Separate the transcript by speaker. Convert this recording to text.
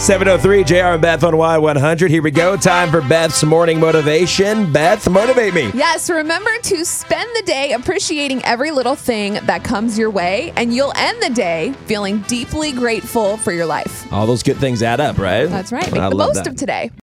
Speaker 1: 703 JR and Beth on Y100. Here we go. Time for Beth's morning motivation. Beth, motivate me.
Speaker 2: Yes, remember to spend the day appreciating every little thing that comes your way, and you'll end the day feeling deeply grateful for your life.
Speaker 1: All those good things add up, right?
Speaker 2: That's right. Make the most of today.